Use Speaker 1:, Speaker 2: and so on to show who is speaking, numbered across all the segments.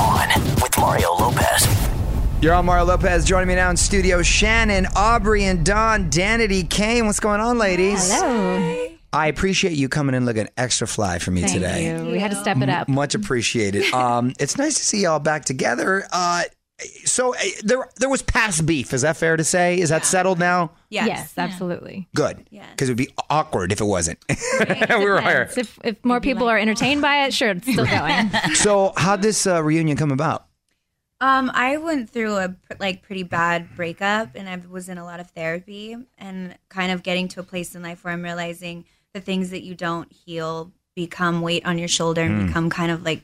Speaker 1: On with Mario Lopez.
Speaker 2: You're on Mario Lopez. Joining me now in studio, Shannon, Aubrey, and Don Danity Kane. What's going on, ladies?
Speaker 3: Hello.
Speaker 2: I appreciate you coming in looking extra fly for me
Speaker 3: Thank
Speaker 2: today.
Speaker 3: you. We had to step it up.
Speaker 2: Much appreciated. Um, it's nice to see y'all back together. Uh, so uh, there, there was past beef. Is that fair to say? Is that settled now?
Speaker 3: Yes, absolutely.
Speaker 2: Good.
Speaker 4: Yeah.
Speaker 2: Because it would be awkward if it wasn't. we were here.
Speaker 3: Depends. If, if more people are entertained by it, sure, it's still going.
Speaker 2: So how'd this uh, reunion come about?
Speaker 4: Um, I went through a pr- like pretty bad breakup, and I was in a lot of therapy, and kind of getting to a place in life where I'm realizing the things that you don't heal become weight on your shoulder and become kind of like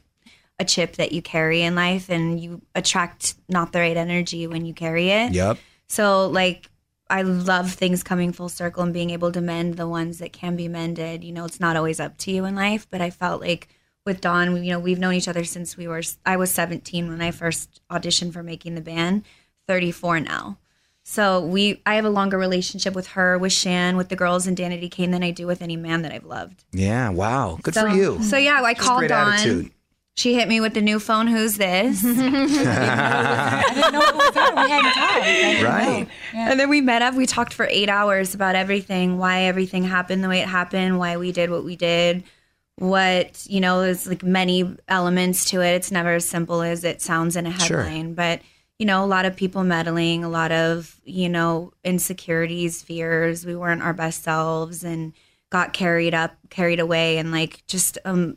Speaker 4: a chip that you carry in life, and you attract not the right energy when you carry it.
Speaker 2: Yep.
Speaker 4: So like I love things coming full circle and being able to mend the ones that can be mended. You know, it's not always up to you in life, but I felt like with Dawn, we, you know, we've known each other since we were I was 17 when I first auditioned for making the band, 34 now. So we I have a longer relationship with her, with Shan, with the girls in Danity Kane than I do with any man that I've loved.
Speaker 2: Yeah. Wow. Good
Speaker 4: so,
Speaker 2: for you.
Speaker 4: So yeah, I called
Speaker 2: great
Speaker 4: Dawn.
Speaker 2: attitude.
Speaker 4: She hit me with the new phone, who's this?
Speaker 2: Right.
Speaker 4: And then we met up. We talked for eight hours about everything, why everything happened the way it happened, why we did what we did, what you know. There's like many elements to it. It's never as simple as it sounds in a
Speaker 2: Sure.
Speaker 4: headline, but you know, a lot of people meddling, a lot of you know insecurities, fears. We weren't our best selves and got carried up, carried away, and like just um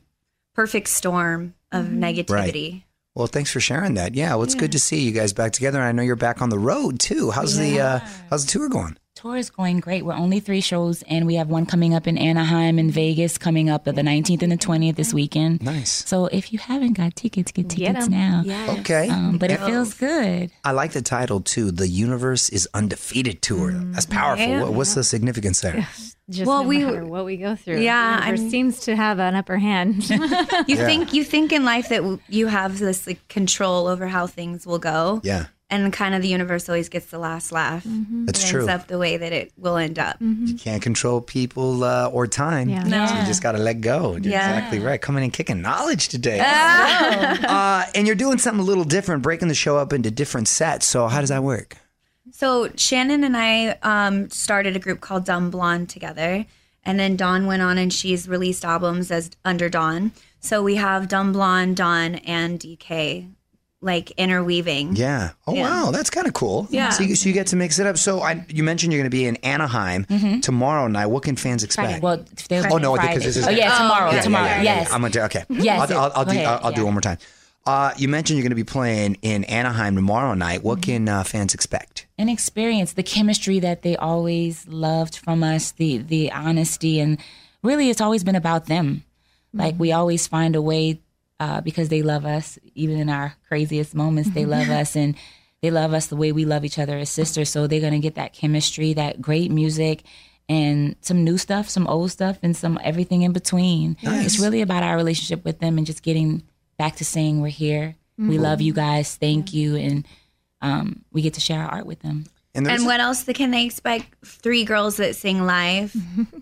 Speaker 4: perfect storm of negativity.
Speaker 2: Well, thanks for sharing that. Yeah, well, it's good to see you guys back together. I know you're back on the road too. How's the uh, how's the tour going?
Speaker 5: Tour is going great. We're only three shows, and we have one coming up in Anaheim and Vegas coming up the 19th and the 20th this weekend.
Speaker 2: Nice.
Speaker 5: So if you haven't got tickets, get
Speaker 3: Get
Speaker 5: tickets
Speaker 3: 'em.
Speaker 5: now.
Speaker 2: Okay.
Speaker 5: Um, but it feels good.
Speaker 2: I like the title too. The universe is undefeated tour. That's powerful. What, what's the significance there?
Speaker 3: Just
Speaker 4: Well,
Speaker 3: no
Speaker 4: we-
Speaker 3: matter what we go through.
Speaker 4: Yeah,
Speaker 3: the universe
Speaker 4: I'm-
Speaker 3: seems to have an upper hand.
Speaker 4: You think you think in life that w- you have this like control over how things will go.
Speaker 2: Yeah,
Speaker 4: and kind of the universe always gets the last laugh.
Speaker 2: that's
Speaker 4: It
Speaker 2: true.
Speaker 4: ends up the way that it will end up.
Speaker 2: You can't control people uh, or time.
Speaker 3: Yeah.
Speaker 2: So
Speaker 3: No.
Speaker 2: you just got to let go. You're
Speaker 4: Yeah.
Speaker 2: exactly right. Coming and kicking knowledge today. uh, and you're doing something a little different, breaking the show up into different sets. So how does that work?
Speaker 4: So Shannon and I um, started a group called Dumb Blonde together, and then Dawn went on and she's released albums as Under Dawn. So we have Dumb Blonde, Dawn, and DK like interweaving.
Speaker 2: Yeah. Oh wow, that's kind of cool.
Speaker 6: Yeah.
Speaker 2: So you, so you get to mix it up. So I, you mentioned you're going to be in Anaheim tomorrow night. What can fans expect?
Speaker 5: Mm-hmm. Well, there's
Speaker 2: Oh, no,
Speaker 5: Friday.
Speaker 2: because this is-
Speaker 5: Oh yeah, tomorrow.
Speaker 2: Yeah, yeah,
Speaker 5: tomorrow.
Speaker 2: yeah, yeah,
Speaker 5: yes. Mm-hmm.
Speaker 2: yeah. I'm gonna do, okay.
Speaker 5: Yes,
Speaker 2: I'll, I'll, I'll,
Speaker 5: go
Speaker 2: do,
Speaker 5: ahead,
Speaker 2: I'll, I'll do
Speaker 5: yeah.
Speaker 2: one more time. Uh, you mentioned you're going to be playing in Anaheim tomorrow night. What
Speaker 5: Mm-hmm.
Speaker 2: can uh, fans expect?
Speaker 5: an experience the chemistry that they always loved from us the the honesty and really it's always been about them like we always find a way uh, because they love us even in our craziest moments they love us and they love us the way we love each other as sisters so they're going to get that chemistry that great music and some new stuff some old stuff and some everything in between it's really about our relationship with them and just getting back to saying we're here we love you guys thank you and um, we get to share our art with them.
Speaker 2: there's-
Speaker 4: And what else th- can they expect? Three girls that sing live,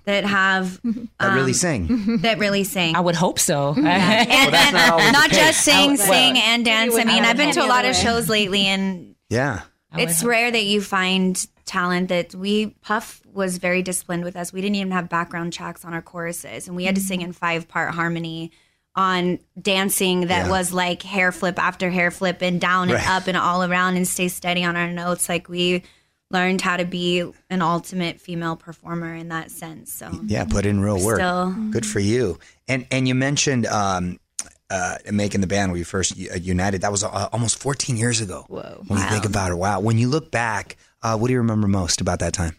Speaker 4: that have
Speaker 2: I
Speaker 5: um,
Speaker 2: really
Speaker 5: mm-hmm.
Speaker 2: sing.
Speaker 4: that really sing.
Speaker 5: I would hope so. yeah,
Speaker 2: Well, that's not always
Speaker 4: Not
Speaker 2: the case.
Speaker 4: just sing,
Speaker 5: would-
Speaker 4: sing and dance. I mean,
Speaker 3: would
Speaker 4: I've been
Speaker 3: hope
Speaker 4: to a
Speaker 3: the
Speaker 4: lot
Speaker 3: other
Speaker 4: of
Speaker 3: way.
Speaker 4: shows lately, and
Speaker 2: Yeah.
Speaker 4: it's rare that you find talent that we Puff was very disciplined with us. We didn't even have background tracks on our choruses, and we had to sing in five part harmony on dancing that was like hair flip after hair flip and down
Speaker 2: Right.
Speaker 4: and up and all around and stay steady on our notes. Like we learned how to be an ultimate female performer in that sense. So
Speaker 2: Yeah. Put in real work.
Speaker 4: still
Speaker 2: Good for you. And and you mentioned um, uh, making the band when you first u- uh, united. That was uh, almost 14 years ago. Whoa. When you think about it, wow. When you look back, uh, what do you remember most about that time?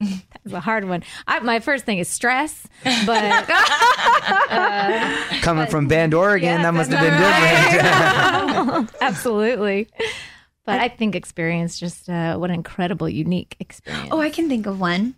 Speaker 3: That was a hard one. I, my first thing is stress, but
Speaker 2: Coming from Bend, Oregon, that must have been different.
Speaker 3: absolutely. But I think experience just uh, what an incredible, unique experience.
Speaker 4: Oh, I can think of one.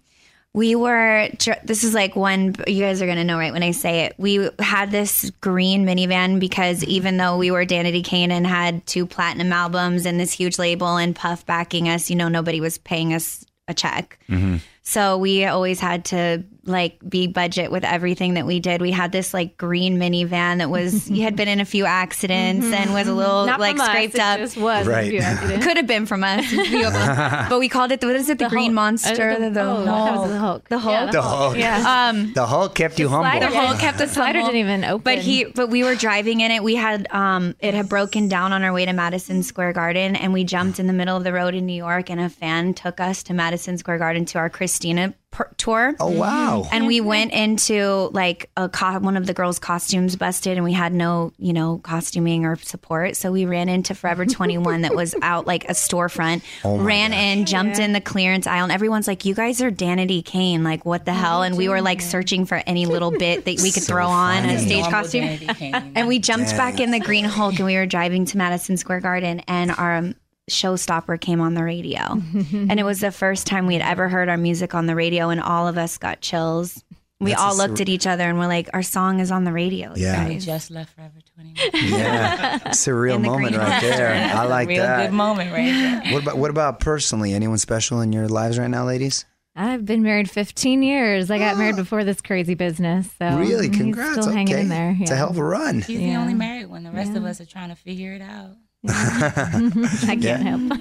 Speaker 4: We were, dr- this is like one, you guys are going to know right when I say it. We had this green minivan because even though we were Danity Kane and had two platinum albums and this huge label and Puff backing us, you know, nobody was paying us a check.
Speaker 3: Mm-hmm.
Speaker 4: So we always had to like be budget with everything that we did. We had this like green minivan that was, he had been in a few accidents and was a
Speaker 3: Mm-hmm.
Speaker 4: little
Speaker 3: Not
Speaker 4: Oh, like
Speaker 3: from us,
Speaker 4: scraped
Speaker 3: it
Speaker 4: up.
Speaker 3: Just was
Speaker 2: Right.
Speaker 3: If you acted it.
Speaker 4: Could have been from us, a few of them. but we called it. The, what is it? The, Green
Speaker 3: Hulk-
Speaker 4: Monster.
Speaker 3: uh,
Speaker 4: the, the
Speaker 3: oh, I thought it was the Hulk.
Speaker 4: The Hulk.
Speaker 2: The Hulk.
Speaker 3: Yeah.
Speaker 4: Um,
Speaker 2: Oh, The Hulk kept you humble.
Speaker 4: the
Speaker 3: Yeah.
Speaker 4: Hulk kept us
Speaker 3: Slider
Speaker 4: humble.
Speaker 3: didn't even open.
Speaker 4: But he, but we were driving in it. We had, um, it had broken down on our way to Madison Square Garden, and we jumped in the middle of the road in New York, and a fan took us to Madison Square Garden to our Christina per- tour.
Speaker 2: Oh wow.
Speaker 4: And we went into like a co- one of the girls' costumes busted, and we had no, you know, costuming or support. So we ran into Forever 21 that was out like a storefront,
Speaker 2: Oh
Speaker 4: ran in, jumped in the clearance aisle, and everyone's like, "You guys are Danity Kane, like what the hell?" And we were like searching for any little bit that we could
Speaker 2: So
Speaker 4: throw on
Speaker 2: funny.
Speaker 4: a stage
Speaker 5: Normal
Speaker 4: costume.
Speaker 5: Danity Kane.
Speaker 4: And we jumped back in the Green Hulk, and we were driving to Madison Square Garden, and our um, showstopper came on the radio, and it was the first time we had ever heard our music on the radio, and all of us got chills. We
Speaker 2: That's a
Speaker 4: all
Speaker 2: sur-
Speaker 4: looked at each other and we're like, "Our song is on the radio." you
Speaker 2: Yeah.
Speaker 5: we
Speaker 4: guys."
Speaker 5: just left Forever 21.
Speaker 2: Yeah. Surreal
Speaker 4: In the
Speaker 2: moment
Speaker 4: green.
Speaker 2: right there. I like
Speaker 5: Real
Speaker 2: that.
Speaker 5: good moment right there.
Speaker 2: What about what about personally? Anyone special in your lives right now, ladies?
Speaker 3: I've been married 15 years. I got married before this crazy business. So
Speaker 2: Oh.
Speaker 3: Mm-hmm.
Speaker 2: really?
Speaker 3: he's
Speaker 2: Congrats.
Speaker 3: Still
Speaker 2: okay.
Speaker 3: hanging in there.
Speaker 2: It's a
Speaker 3: Yeah.
Speaker 2: hell of a run.
Speaker 5: She's the only married one. The rest of us are trying to figure it out.
Speaker 3: I can't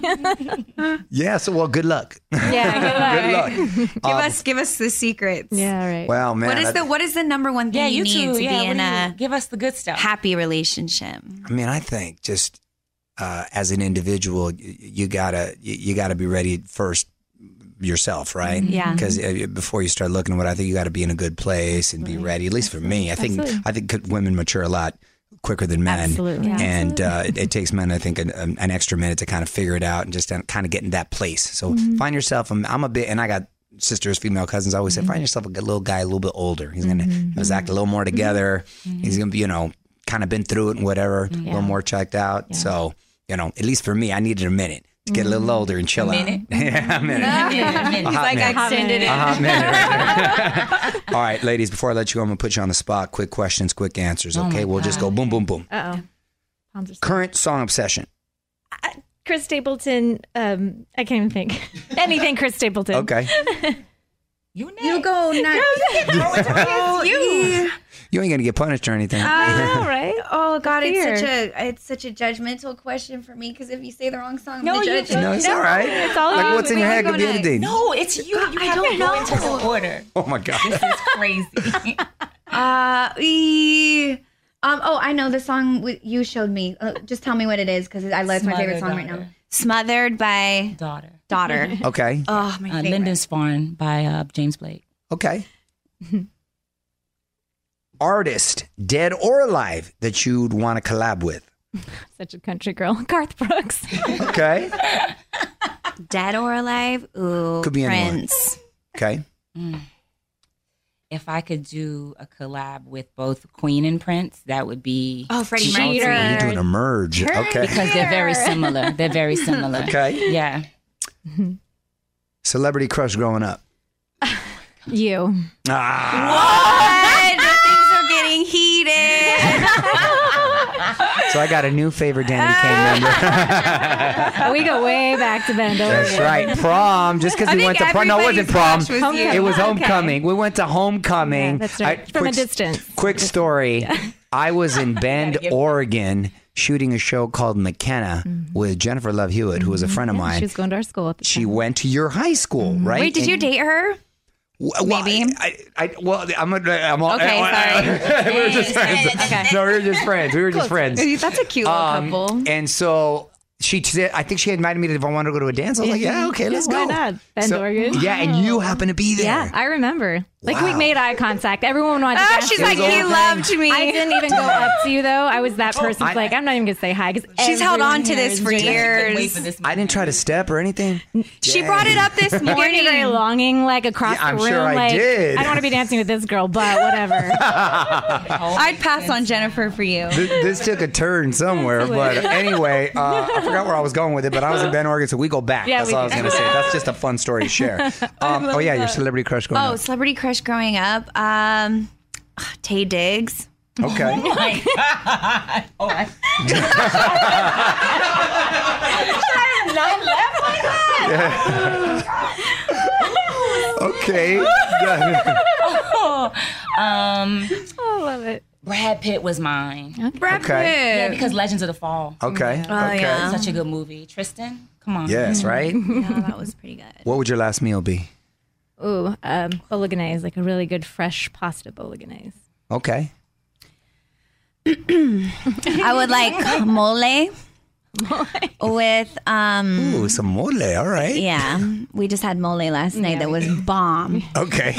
Speaker 3: help.
Speaker 2: Yeah, so well good luck.
Speaker 3: yeah.
Speaker 2: Good luck.
Speaker 4: Give us, give us the secrets.
Speaker 3: Yeah. Right.
Speaker 2: Wow, man.
Speaker 4: What is the What is the number one thing
Speaker 5: Yeah, you,
Speaker 4: you, need
Speaker 5: two.
Speaker 4: to
Speaker 5: yeah,
Speaker 4: be
Speaker 5: what
Speaker 4: in
Speaker 5: do you-
Speaker 4: a
Speaker 5: give us the good stuff.
Speaker 4: happy relationship?
Speaker 2: I mean, I think just uh, as an individual, y- you gotta you, you gotta be ready first yourself, right?
Speaker 4: Yeah.
Speaker 2: Because before you start looking at what I think you got to be in a good place and be ready. At least for me, I think I think good women mature a lot quicker than men.
Speaker 3: Absolutely. Yeah.
Speaker 2: And uh, it, it takes men, I think, an, an an extra minute to kind of figure it out and just uh, kind of get in that place. So find yourself. um, I'm, I'm a bit, and I got sisters, female cousins. I always say, find yourself a good little guy, a little bit older. He's gonna he's act a little more together. He's gonna be, you know, kind of been through it and whatever, a little more checked out. So you know, at least for me, I needed a minute to get a little older and chill out. yeah, a
Speaker 4: Mm-hmm.
Speaker 2: minute.
Speaker 5: Yeah.
Speaker 2: hot
Speaker 4: like, I
Speaker 2: minute.
Speaker 4: extended it.
Speaker 2: A hot minute. All right, ladies, before I let you go, I'm going to put you on the spot. Quick questions, quick answers, okay? we'll just go boom, boom, boom.
Speaker 3: Uh oh. Palms are sore.
Speaker 2: Current song obsession.
Speaker 3: Chris Stapleton. Um, I can't even think. Anything Chris Stapleton.
Speaker 2: Okay.
Speaker 5: You next.
Speaker 4: You go nuts. you.
Speaker 2: You ain't gonna get punished or anything.
Speaker 3: I know, right?
Speaker 4: Oh God, it's
Speaker 3: Fear.
Speaker 4: such a it's such a judgmental question for me because if you say the wrong song,
Speaker 5: No,
Speaker 4: the
Speaker 5: you
Speaker 4: judge.
Speaker 5: don't.
Speaker 2: no, it's all right.
Speaker 3: It's all
Speaker 2: like
Speaker 3: you.
Speaker 2: what's in Oh your
Speaker 4: We
Speaker 2: head
Speaker 4: all
Speaker 2: could
Speaker 4: go
Speaker 2: be anything.
Speaker 5: No, it's you. You have
Speaker 4: don't
Speaker 5: to go into
Speaker 4: know.
Speaker 5: the order.
Speaker 2: Oh my god.
Speaker 5: This is crazy.
Speaker 4: Uh, e- Um, oh, I know the song w- you showed me. Uh, just tell me what it is because I love it's my favorite song
Speaker 5: Smothered Daughter.
Speaker 4: right now. Smothered by
Speaker 5: Daughter.
Speaker 4: Daughter.
Speaker 2: Okay.
Speaker 4: oh, my
Speaker 5: Uh,
Speaker 4: favorite.
Speaker 5: Linden's Foreign by uh, James Blake.
Speaker 2: Okay. Artist, dead or alive, that you'd want to collab with.
Speaker 3: Such a country girl, Garth Brooks.
Speaker 2: Okay.
Speaker 4: Dead or alive? Ooh,
Speaker 2: Could be anyone.
Speaker 4: Prince.
Speaker 2: Okay.
Speaker 5: If I could do a collab with both Queen and Prince, that would be
Speaker 4: Oh, Freddie
Speaker 5: Cheater.
Speaker 4: Mercury.
Speaker 2: You're doing a merge. Okay.
Speaker 5: because they're very similar. They're very similar.
Speaker 2: Okay.
Speaker 5: Yeah.
Speaker 2: Celebrity crush growing up.
Speaker 3: you.
Speaker 2: Ah.
Speaker 4: Good, things are getting heated.
Speaker 2: So I got a new favorite Danny
Speaker 4: Ah.
Speaker 2: Kane member.
Speaker 3: We go way back to Ben. Don't
Speaker 2: That's
Speaker 3: worry.
Speaker 2: right. Prom. Just because we went to prom. No, it wasn't prom.
Speaker 4: everybody's crush was you.
Speaker 2: it was
Speaker 4: Okay.
Speaker 2: homecoming. We went to homecoming.
Speaker 3: Yeah, that's right. From a distance.
Speaker 2: Quick story. I was in Bend, Oregon, shooting a show called McKenna with Jennifer Love Hewitt, who was a friend of
Speaker 3: Mm-hmm. Yeah,
Speaker 2: mine.
Speaker 3: she was Mm-hmm. going to our school. At the
Speaker 2: she
Speaker 3: time.
Speaker 2: went to your high school, right?
Speaker 4: Wait, did you
Speaker 2: And-
Speaker 4: date her?
Speaker 2: Well, maybe? I, I, well, I'm. A, I'm all,
Speaker 4: Okay,
Speaker 2: we were just friends. No, we were just friends. We were just friends.
Speaker 4: That's a cute little
Speaker 2: Um,
Speaker 4: couple.
Speaker 2: and so she said, I think she invited me to if I wanted to go to a dance. I was like, yeah, okay, let's
Speaker 3: why
Speaker 2: go.
Speaker 3: not? Bend,
Speaker 2: So-
Speaker 3: Oregon.
Speaker 2: Yeah, and you happen to be there.
Speaker 3: Yeah, I remember. Like we
Speaker 2: Wow.
Speaker 3: made eye contact. Everyone wanted. to
Speaker 4: Oh,
Speaker 3: dance
Speaker 4: she's
Speaker 3: with
Speaker 4: like,
Speaker 3: you.
Speaker 2: all
Speaker 4: he
Speaker 2: thing.
Speaker 4: loved me.
Speaker 3: I didn't even go up to you though. I was that person.
Speaker 2: I-
Speaker 3: like I'm not even gonna say hi because
Speaker 4: Oh, She's held on to this for years.
Speaker 2: I didn't try to step or anything.
Speaker 4: She brought it up this
Speaker 3: Gave me
Speaker 4: morning.
Speaker 3: very longing, like across
Speaker 2: Yeah, I'm
Speaker 3: the room.
Speaker 2: sure I
Speaker 3: like
Speaker 2: did.
Speaker 3: I don't want to be dancing with this girl, but whatever.
Speaker 4: I'd pass on Jennifer for you.
Speaker 2: Th- This took a turn somewhere, but anyway, uh, I forgot where I was going with it. But I was in Ben, Oregon, so we go back.
Speaker 3: Yeah,
Speaker 2: That's
Speaker 3: we
Speaker 2: all I was
Speaker 3: do.
Speaker 2: going to say. That's just a fun story to share. Um, oh yeah, your celebrity crush going
Speaker 4: Oh, celebrity crush growing up. Um, Tay Diggs.
Speaker 2: up. Okay, okay.
Speaker 5: Um,
Speaker 3: I love it.
Speaker 5: Brad Pitt was mine.
Speaker 4: Brad
Speaker 2: Okay.
Speaker 5: Yeah,
Speaker 4: Pitt.
Speaker 5: because Legends of the Fall.
Speaker 2: Okay.
Speaker 3: Oh,
Speaker 2: okay.
Speaker 4: yeah.
Speaker 5: Such a good movie. Tristan, come on.
Speaker 2: Yes, right?
Speaker 4: Yeah, Oh, that was pretty good.
Speaker 2: What would your last meal be?
Speaker 3: Ooh, um, bolognese, like a really good fresh pasta bolognese.
Speaker 2: Okay.
Speaker 4: I would like mole with um
Speaker 2: Ooh, some mole. All right.
Speaker 4: yeah. We just had mole last night that was bomb.
Speaker 5: Um,
Speaker 2: Okay.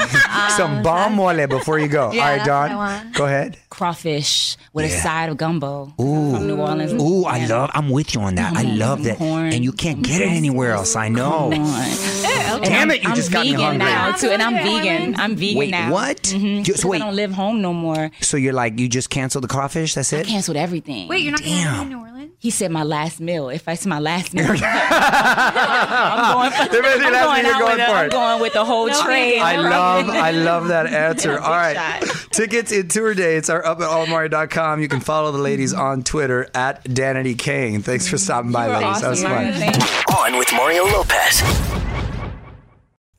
Speaker 2: some bomb mole before you go. all right,
Speaker 4: that's what I
Speaker 2: Don.
Speaker 4: want.
Speaker 2: Go ahead.
Speaker 5: Crawfish with
Speaker 2: Yeah.
Speaker 5: a side of gumbo.
Speaker 2: Ooh.
Speaker 5: From New Orleans.
Speaker 2: Ooh, I love. I'm with you on that. I love that,
Speaker 5: corn.
Speaker 2: and you can't get it anywhere else. I know. Damn it! You
Speaker 5: I'm
Speaker 2: just got me
Speaker 5: vegan
Speaker 2: hungry.
Speaker 5: now too, and I'm vegan. I'm vegan
Speaker 2: Wait,
Speaker 5: now.
Speaker 2: what?
Speaker 5: Mhm.
Speaker 2: Just-
Speaker 5: 'Cause
Speaker 2: wait.
Speaker 5: I don't live home no more.
Speaker 2: So you're like, you just canceled the crawfish. That's it.
Speaker 5: Canceled everything.
Speaker 4: Wait, you're not
Speaker 2: gonna have it in
Speaker 4: New Orleans?
Speaker 5: He said my last meal. If I say my last meal, I'm going.
Speaker 2: If it's your
Speaker 5: I'm
Speaker 2: last meal,
Speaker 5: going out with
Speaker 2: you're going
Speaker 5: a-
Speaker 2: for
Speaker 5: I'm
Speaker 2: it.
Speaker 5: going with the whole train.
Speaker 2: I love, I love that answer. All right, tickets and tour dates are up at allmari.com. You can follow the ladies on Twitter at Danity Kane. Thanks for stopping by, ladies. that was fun.
Speaker 1: On with Mario Lopez.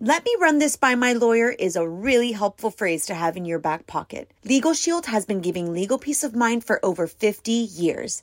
Speaker 7: Let me run this by my lawyer is a really helpful phrase to have in your back pocket. Legal Shield has been giving legal peace of mind for over 50 years.